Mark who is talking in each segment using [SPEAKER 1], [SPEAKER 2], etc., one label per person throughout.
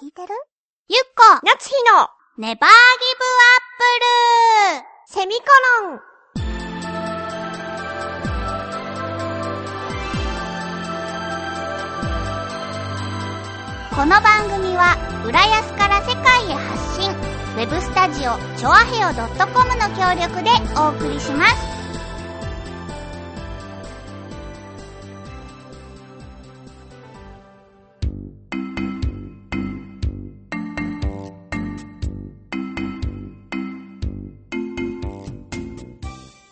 [SPEAKER 1] 聞いてるゆっこ
[SPEAKER 2] 夏日の
[SPEAKER 1] ネバーギブアップルセミコロンこの番組は浦安から世界へ発信ウェブスタジオチョアヘオ .com の協力でお送りします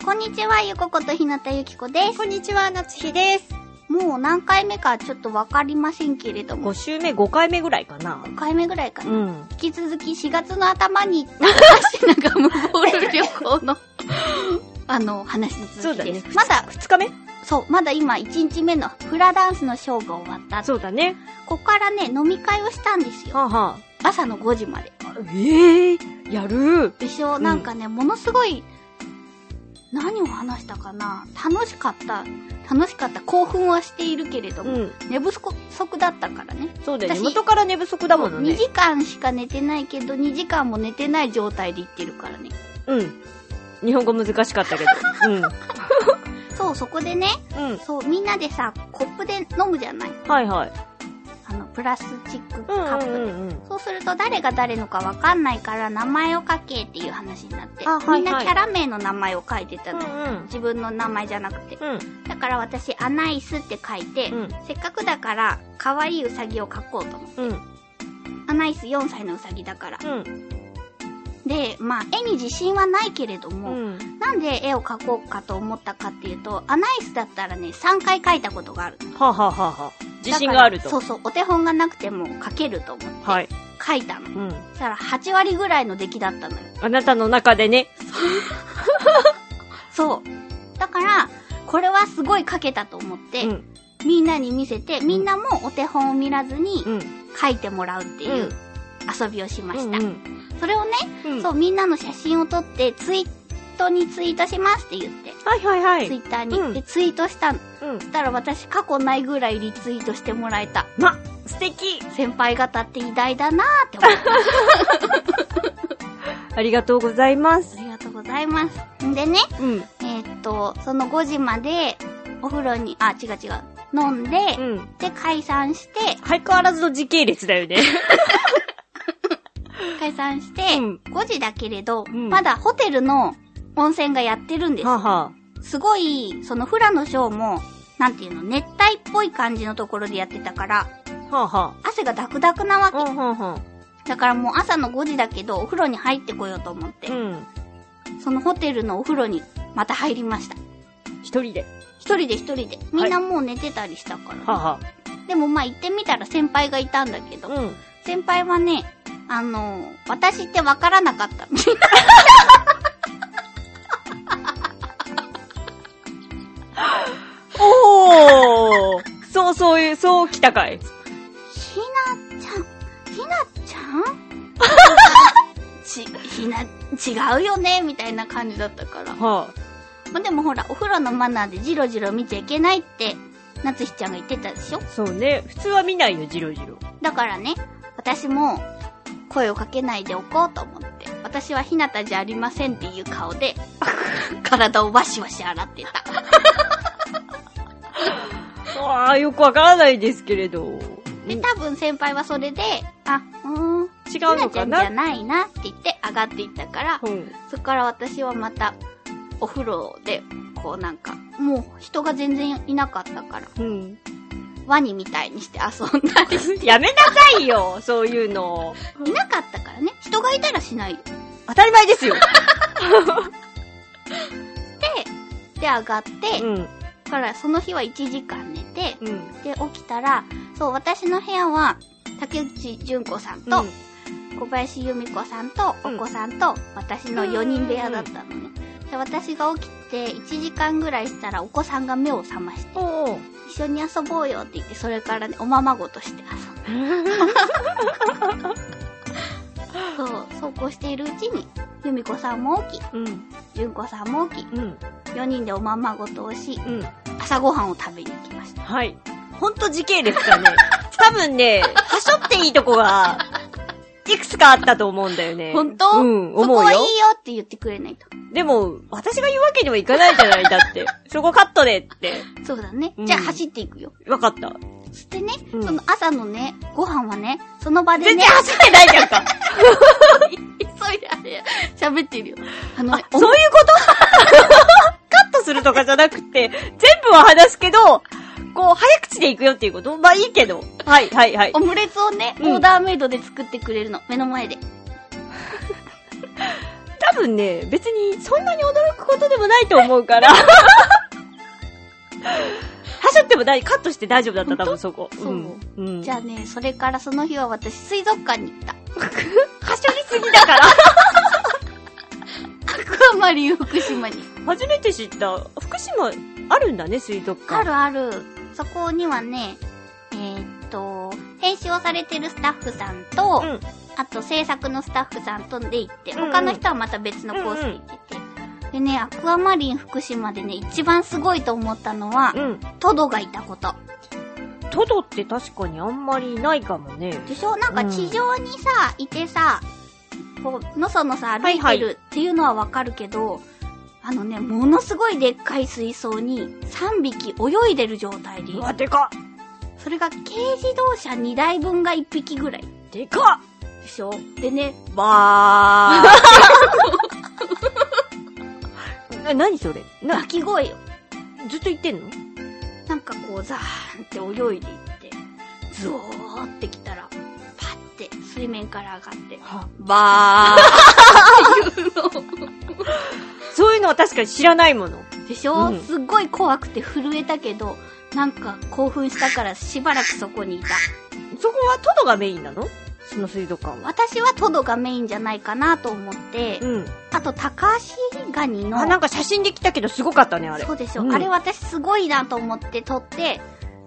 [SPEAKER 1] こんにちはゆこことひなたゆきこです
[SPEAKER 2] こんにちは、夏日です。
[SPEAKER 1] もう何回目かちょっとわかりませんけれども
[SPEAKER 2] 5週目、5回目ぐらいかな。
[SPEAKER 1] 5回目ぐらいかな
[SPEAKER 2] うん。
[SPEAKER 1] 引き続き4月の頭に行った足長無ボール旅行 のあの話の
[SPEAKER 2] そう
[SPEAKER 1] 続
[SPEAKER 2] だ
[SPEAKER 1] きで
[SPEAKER 2] ね。
[SPEAKER 1] す、まだ
[SPEAKER 2] 2日目
[SPEAKER 1] そうまだ今1日目のフラダンスのショーが終わった
[SPEAKER 2] そうだね。
[SPEAKER 1] ここからね飲み会をしたんですよ
[SPEAKER 2] はあ、は
[SPEAKER 1] 朝の5時まで
[SPEAKER 2] あ、ええやる。
[SPEAKER 1] でしょ
[SPEAKER 2] ん
[SPEAKER 1] なんかね、ものすごい何を話したかな楽しかった楽しかった興奮はしているけれど
[SPEAKER 2] う
[SPEAKER 1] も、
[SPEAKER 2] ん。
[SPEAKER 1] 寝不足だったからね
[SPEAKER 2] そうだよね。
[SPEAKER 1] 私
[SPEAKER 2] 元から寝不足だもの
[SPEAKER 1] 2
[SPEAKER 2] ね。
[SPEAKER 1] 時間しか寝てないけど2時間も寝てない状態で行ってるからね
[SPEAKER 2] うん。日本語難しかった けど。
[SPEAKER 1] そうそこでね
[SPEAKER 2] うん。うん。
[SPEAKER 1] そう、みんなでさ、コップで飲むじゃない
[SPEAKER 2] はいはい。
[SPEAKER 1] あの、プラスチック
[SPEAKER 2] う
[SPEAKER 1] カップで。
[SPEAKER 2] んうんうんうん。
[SPEAKER 1] そうすると誰が誰のかわかんないから名前を書けっていう話になって、
[SPEAKER 2] あはい
[SPEAKER 1] みん
[SPEAKER 2] は
[SPEAKER 1] ないキャラ名の名前を書いてた
[SPEAKER 2] う
[SPEAKER 1] の、
[SPEAKER 2] ん
[SPEAKER 1] 自分の名前じゃなくて。
[SPEAKER 2] うん。
[SPEAKER 1] だから私、アナイスって書いて、
[SPEAKER 2] うん
[SPEAKER 1] せっかくだから、可愛いウサギを書こうと思う。
[SPEAKER 2] うん。
[SPEAKER 1] アナイス4歳のウサギだから。
[SPEAKER 2] うん。
[SPEAKER 1] で、まあ、絵に自信はないけれど
[SPEAKER 2] う
[SPEAKER 1] も、
[SPEAKER 2] ん。
[SPEAKER 1] なんで絵を描こうかと思ったかっていうと、アナイスだったらね、3回描いたことがある。
[SPEAKER 2] はあ、はあはあはあ、自信がある
[SPEAKER 1] だか
[SPEAKER 2] と
[SPEAKER 1] ら。そうそう、お手本がなくても書けると思う。
[SPEAKER 2] はい。
[SPEAKER 1] 書いたの。
[SPEAKER 2] うん。
[SPEAKER 1] そしたら8割ぐらいの出来だったのよ。
[SPEAKER 2] あなたの中でね。
[SPEAKER 1] そう。だから、これはすごい書けたと思って、
[SPEAKER 2] うん。
[SPEAKER 1] みんなに見せて、みんなもお手本を見らずに
[SPEAKER 2] うん。
[SPEAKER 1] 書いてもらうっていうう遊びをしま
[SPEAKER 2] う
[SPEAKER 1] し
[SPEAKER 2] ん
[SPEAKER 1] た。
[SPEAKER 2] うん。
[SPEAKER 1] それをね、
[SPEAKER 2] うん。
[SPEAKER 1] そ
[SPEAKER 2] は
[SPEAKER 1] う、みんなの写真を撮って、ツイートにツイートしますって言って、
[SPEAKER 2] いはいは
[SPEAKER 1] ツイ
[SPEAKER 2] い。
[SPEAKER 1] ッターに、
[SPEAKER 2] うん
[SPEAKER 1] でツイートしたの。
[SPEAKER 2] うん。
[SPEAKER 1] そしたら私過去ないぐらいリツイートしてもらえた。
[SPEAKER 2] ま、素敵
[SPEAKER 1] 先輩方って偉大だなーって思った
[SPEAKER 2] ありがとうございます
[SPEAKER 1] あ。りがとうございます。んでね、
[SPEAKER 2] うん。
[SPEAKER 1] えーっと、その5時まで、お風呂に、あ、違う違う、飲んで、
[SPEAKER 2] うん。
[SPEAKER 1] で、解散して、
[SPEAKER 2] 相変わらずの時系列だよね。
[SPEAKER 1] 解散して、
[SPEAKER 2] うん
[SPEAKER 1] 5時だけれど、
[SPEAKER 2] うん
[SPEAKER 1] まだホテルの温泉がやってるんです。
[SPEAKER 2] はあ、は
[SPEAKER 1] すごい、そのフラのショーも、なんていうの、熱帯っぽい感じのところでやってたから、
[SPEAKER 2] あ、はあ、は
[SPEAKER 1] 汗がダクダクなわ
[SPEAKER 2] あ。
[SPEAKER 1] け。
[SPEAKER 2] うん、はあ、はあ。
[SPEAKER 1] だからもう朝の5時だけど、お風呂に入ってこようと思って、
[SPEAKER 2] うん。
[SPEAKER 1] そのホテルのお風呂にまた入りました。
[SPEAKER 2] 一人で。
[SPEAKER 1] 一人で一人で。みんなもう寝てたりしたからね、
[SPEAKER 2] はあ、は
[SPEAKER 1] でもまあ行ってみたら先輩がいたんだけ
[SPEAKER 2] あ。
[SPEAKER 1] ど、
[SPEAKER 2] うん。
[SPEAKER 1] 先輩はね、あのー私ってわからなかった。
[SPEAKER 2] おーそう、そういう、そう来たかい。
[SPEAKER 1] ひなちゃん、ひなちゃん ち、ひな、違うよねみたいな感じだったから。ま
[SPEAKER 2] は
[SPEAKER 1] あ、でもほら、お風呂のマナーでジロジロ見ちゃいけないって、なつひちゃんが言ってたでしょ
[SPEAKER 2] あ。そうね。普通は見ないよ、ジロジロ。
[SPEAKER 1] だからね、私も声をかけないでおこうと思って、私はひなたじゃありませんっていう顔で、体をわしわし洗ってた。
[SPEAKER 2] ああ、よくわからないですけれど。
[SPEAKER 1] で、
[SPEAKER 2] 違う
[SPEAKER 1] 多分先輩はそれで、あ、うーん、ひな
[SPEAKER 2] の
[SPEAKER 1] ちゃ
[SPEAKER 2] か
[SPEAKER 1] んじゃ
[SPEAKER 2] な
[SPEAKER 1] ないなって言って上がっていったから、
[SPEAKER 2] うん。
[SPEAKER 1] そっから私はまたお風呂で、こうなんか、もう人が全然いなかったから、
[SPEAKER 2] うん。
[SPEAKER 1] ワニみたいにして遊んだりして、
[SPEAKER 2] やめなさいよ、そういうの。
[SPEAKER 1] いなかったからね、人がいたらしないよ。
[SPEAKER 2] 当たり前 ですよ。
[SPEAKER 1] で、で上がって、
[SPEAKER 2] うん。
[SPEAKER 1] だからその日は1時間寝て、
[SPEAKER 2] うん。
[SPEAKER 1] で、起きたら、そう、私の部屋は、竹内純子さんと、小林由美子さんと、お
[SPEAKER 2] うん
[SPEAKER 1] 子さんと、私の4人部屋だったのね。で、私が起きて、1時間ぐらいしたら、お子さんが目を覚まして、
[SPEAKER 2] おお。
[SPEAKER 1] 一緒に遊ぼうよって言って、それからね、おままごとして遊んだ。そう、そうこうしているうちに、由美子さんも起き、
[SPEAKER 2] うん。
[SPEAKER 1] 純子さんも起き、
[SPEAKER 2] うん。
[SPEAKER 1] 4人でおままごとをし、
[SPEAKER 2] うん。
[SPEAKER 1] 朝ごはんを食べに行きました。
[SPEAKER 2] はい。ほんと時系列だね。多分ね、はしょっていいとこが、いくつかあったと思うんだよね。
[SPEAKER 1] 本当
[SPEAKER 2] うん、
[SPEAKER 1] そ
[SPEAKER 2] 思
[SPEAKER 1] こ
[SPEAKER 2] う
[SPEAKER 1] はいい
[SPEAKER 2] よ。
[SPEAKER 1] よって言ってくれないと。
[SPEAKER 2] でも、私が言うわけにはいかないじゃない、だ って。そこカットでって。
[SPEAKER 1] そうだね
[SPEAKER 2] う。ん
[SPEAKER 1] じゃあ走っていくよ。
[SPEAKER 2] わかった。
[SPEAKER 1] そしてね、
[SPEAKER 2] うん
[SPEAKER 1] その朝のね、ご飯はね、その場で
[SPEAKER 2] 全
[SPEAKER 1] ね
[SPEAKER 2] 然、走ってないじゃんか。
[SPEAKER 1] 急いであれ、喋ってるよ。あの、
[SPEAKER 2] あそういう ことカットするとかじゃなくて、全部は話すけど、こう、早口で行くよっていうことまあいいけど。はい、はい、はい
[SPEAKER 1] オ。ムレツをね、
[SPEAKER 2] うん
[SPEAKER 1] オーダーメイドで作ってくれるの。目の前で。
[SPEAKER 2] 多分ね、別にそんなに驚くことでもないと思 うから。はしょっても大カットして大丈夫だった、多分そこ。。
[SPEAKER 1] そうん
[SPEAKER 2] うん。
[SPEAKER 1] じゃあね、それからその日は私、水族館に行 った。
[SPEAKER 2] はしょりすぎだ から。
[SPEAKER 1] アクアマリン福島に。
[SPEAKER 2] 初めて知った、福島あるんだね、水族
[SPEAKER 1] あ
[SPEAKER 2] 館。
[SPEAKER 1] るある。そこにはね、えーっと、編集をされてるスタッフさんと、
[SPEAKER 2] うん
[SPEAKER 1] あと制作のスタッフさんとで行って、
[SPEAKER 2] うんうん
[SPEAKER 1] 他の人はまた別のコースで行ってて。でね、アクアマリン福島でね、一番すごいと思ったのは、
[SPEAKER 2] うん。
[SPEAKER 1] トドがいたこと。
[SPEAKER 2] トドって確かにあんまりないかもね。
[SPEAKER 1] でしょなんか地上にさ、いてさ、こう、のそのさ、歩い
[SPEAKER 2] は
[SPEAKER 1] て
[SPEAKER 2] いは
[SPEAKER 1] るっていうのはわかるけど、あのね、ものすごいでっかい水槽に3匹泳いでる状態で
[SPEAKER 2] う、わ、でかっ
[SPEAKER 1] それが軽自動車2台分が1匹ぐらい
[SPEAKER 2] でかっ
[SPEAKER 1] でしょでね、
[SPEAKER 2] ば ー。え、何それな
[SPEAKER 1] 鳴、き声よ。
[SPEAKER 2] ずっと言ってんの
[SPEAKER 1] なんかこう、ザーンって泳いでいって、ズオーって来たら、パッて水面から上がって、
[SPEAKER 2] ばー。 そういうのは確かに知らないもの。
[SPEAKER 1] でしょ、
[SPEAKER 2] うん
[SPEAKER 1] すっごい怖くて震えたけど、なんか興奮したからしばらくそこにいた。
[SPEAKER 2] そこはトドがメインなのその水族館は。
[SPEAKER 1] 私はトドがメインじゃないかなと思って、
[SPEAKER 2] うん。
[SPEAKER 1] あとタカアシガニの、
[SPEAKER 2] あ、なんか写真で来たけどすごかったね、あれ。
[SPEAKER 1] そうでしょ、
[SPEAKER 2] うん
[SPEAKER 1] あれ私すごいなと思って撮って、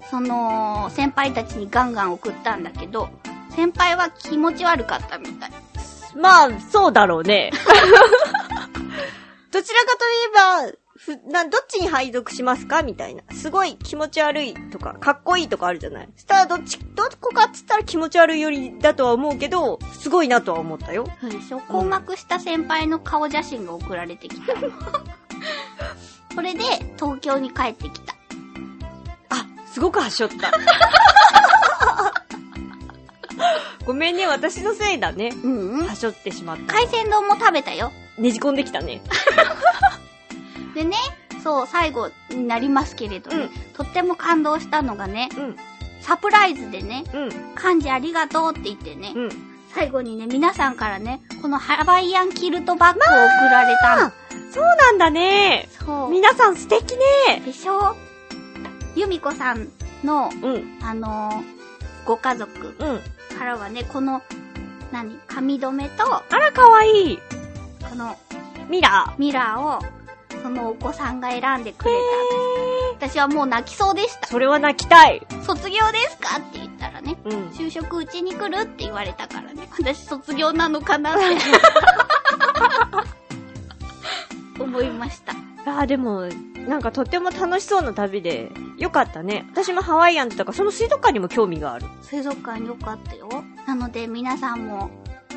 [SPEAKER 1] その、先輩たちにガンガン送ったんだけど、先輩は気持ち悪かったみたい。
[SPEAKER 2] まあ、そうだろうね。 どちらかといえば、ふなどっちに配属しますかみたいな。すごい気持ち悪いとか、かっこいいとかあるじゃないしたらどっち、どこかっつったら気持ち悪いよりだとは思うけど、すごいなとは思ったよ。
[SPEAKER 1] そうでしょ困惑した先輩の顔写真が送られてき た。それで、東京に帰ってきた。
[SPEAKER 2] あ、すごくはしょった。ごめんね、私のせいだね。
[SPEAKER 1] うんうん
[SPEAKER 2] は。しょってしまった。
[SPEAKER 1] 海鮮丼も食べたよ。
[SPEAKER 2] ねじ込んできたね。
[SPEAKER 1] でね、そう、最後になりますけれど、ね
[SPEAKER 2] うん
[SPEAKER 1] とっても感動したのがね、
[SPEAKER 2] うん、
[SPEAKER 1] サプライズでね、
[SPEAKER 2] うん、
[SPEAKER 1] 漢字ありがとうって言ってね、
[SPEAKER 2] うん。
[SPEAKER 1] 最後にね、皆さんからね、このハワイアンキルトバッグを送られたの。
[SPEAKER 2] そうなんだね。
[SPEAKER 1] そう。
[SPEAKER 2] 皆さん素敵ね。
[SPEAKER 1] でしょ由美子さんの、
[SPEAKER 2] うん、
[SPEAKER 1] あのーご家族
[SPEAKER 2] うん。
[SPEAKER 1] からはね、この、何髪留めと、
[SPEAKER 2] あら、かわいい。
[SPEAKER 1] この
[SPEAKER 2] ミラ
[SPEAKER 1] ミラーを、そのお子さんが選んでく
[SPEAKER 2] ー。
[SPEAKER 1] れ
[SPEAKER 2] へ
[SPEAKER 1] た。私はもう泣きそうでした
[SPEAKER 2] ー。。それは泣きたい。
[SPEAKER 1] 卒業ですかって言ったらね、
[SPEAKER 2] うん。
[SPEAKER 1] 就職うちに来るって言われたからね。私卒業なのかなって 思いました。
[SPEAKER 2] あーでも、なんかとっても楽しそうな旅で、よかったね。私もハワイアンズとか、その水族館にも興味がある。
[SPEAKER 1] 水族館良かったよ。なので皆さんも、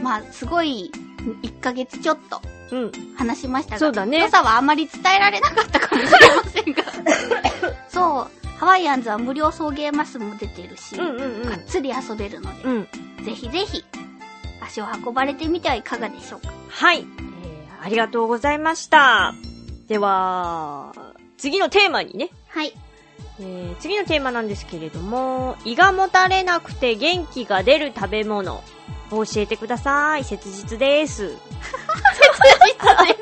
[SPEAKER 1] まあすごい1ヶ月ちょっと
[SPEAKER 2] うん。
[SPEAKER 1] 話しましたが、
[SPEAKER 2] そうだね
[SPEAKER 1] 良さはあまり伝えられなかったかもしれませんが。そう、ハワイアンズは無料送迎マスも出てるし、
[SPEAKER 2] うんうん
[SPEAKER 1] がっつり遊べるの
[SPEAKER 2] うん。うん。
[SPEAKER 1] で、ぜひぜひ足を運ばれてみてはいかがでしょうか。
[SPEAKER 2] はい。えー、ありがとうございました。では、次のテーマにね。
[SPEAKER 1] はい。
[SPEAKER 2] えー、次のテーマなんですけれども、胃がもたれなくて元気が出る食べ物を教えてください。切実です。
[SPEAKER 1] はい。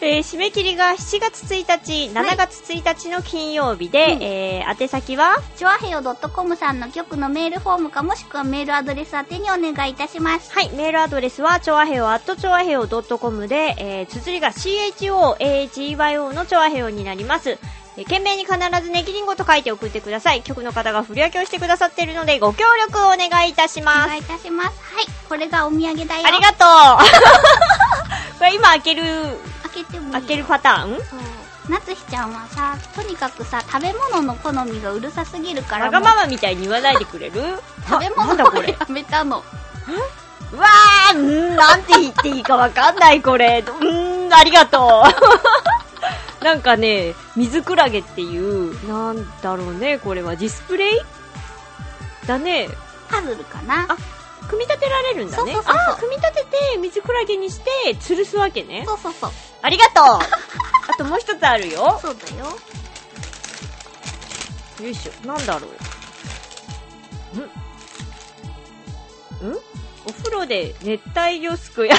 [SPEAKER 2] えー締め切りが7月1日、
[SPEAKER 1] はい
[SPEAKER 2] 7月1日の金曜日で、
[SPEAKER 1] うん
[SPEAKER 2] えー宛先は、
[SPEAKER 1] チョアヘヨ .com さんの局のメールフォームかもしくはメールアドレス宛てにお願いいたします。
[SPEAKER 2] はい、メールアドレスは、ちょわへよ、アットちょわへよ .com で、えー、綴りが CHOAHEYO のちょわへよになります。えー、懸命に必ずネギリンゴと書いて送ってください。局の方が振り分けをしてくださっているので、ご協力をお願いいたし
[SPEAKER 1] お
[SPEAKER 2] ます。
[SPEAKER 1] 願いいたします。はい。これがお土産だよ。
[SPEAKER 2] ありがとう これ今開ける、
[SPEAKER 1] 開けてもいい
[SPEAKER 2] 開けるパターン
[SPEAKER 1] そう。なつひちゃんはさ、とにかくさ、食べ物の好みがうるさすぎるから
[SPEAKER 2] わ
[SPEAKER 1] もう、
[SPEAKER 2] がままみたいに言わないでくれる
[SPEAKER 1] 食べ
[SPEAKER 2] ななんだ
[SPEAKER 1] 物
[SPEAKER 2] こ
[SPEAKER 1] を
[SPEAKER 2] れ。
[SPEAKER 1] やめたの。
[SPEAKER 2] うわーんーなんて言っていいかわかんないこれうーんありがとう なんかね水クラゲっていうなんだろうねこれはディスプレイだね
[SPEAKER 1] パズルかな
[SPEAKER 2] あ組み立てられるんだね
[SPEAKER 1] そうそうそうそう
[SPEAKER 2] あー組み立てて水クラゲにして吊るすわけね
[SPEAKER 1] そうそうそう。
[SPEAKER 2] ありが とうあともう一つあるよ
[SPEAKER 1] そうだよ。
[SPEAKER 2] よいしょなんだろううんんお風呂で熱帯魚すくいあ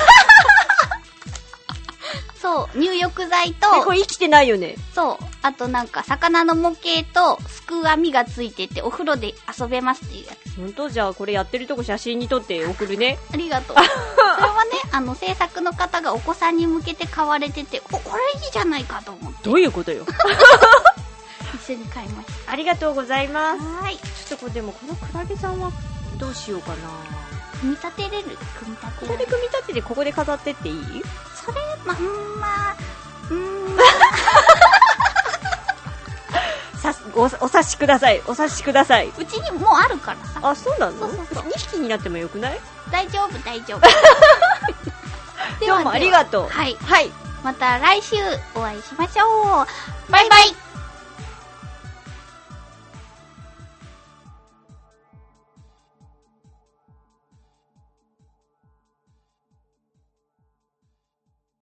[SPEAKER 1] そう、入浴剤と、
[SPEAKER 2] これ生きてないよね
[SPEAKER 1] そう、あとなんか、魚の模型と、すくう網がついてて、お風呂で遊べますっていうやつ。
[SPEAKER 2] 本当じゃあこれやってるとこ写真に撮って送るね
[SPEAKER 1] ありがとう。それはね、あの、制作の方がお子さんに向けて買われてて、お、これいいじゃないかと思って
[SPEAKER 2] ど、ういうことよ
[SPEAKER 1] 一緒に買いまし
[SPEAKER 2] ありがとうござい
[SPEAKER 1] た。
[SPEAKER 2] ます
[SPEAKER 1] はーい。
[SPEAKER 2] ちょっとこれでもこのクラゲさんはどうしようかな
[SPEAKER 1] 組み立てれる組み立
[SPEAKER 2] こ
[SPEAKER 1] て
[SPEAKER 2] こ
[SPEAKER 1] られ
[SPEAKER 2] で
[SPEAKER 1] る。
[SPEAKER 2] 組み立ててここで飾ってっていい
[SPEAKER 1] それ、ま、んまあ、うーん、
[SPEAKER 2] さおお察しくださいお察しくださいう
[SPEAKER 1] ちにもうあるからさ。
[SPEAKER 2] あそうなの
[SPEAKER 1] そうそうそう
[SPEAKER 2] 2匹になってもよくない
[SPEAKER 1] 大丈夫、大 丈夫。では
[SPEAKER 2] どう
[SPEAKER 1] で
[SPEAKER 2] も
[SPEAKER 1] は
[SPEAKER 2] ありがとう
[SPEAKER 1] はい。
[SPEAKER 2] はい
[SPEAKER 1] また来週お会いしましょう。バイバイ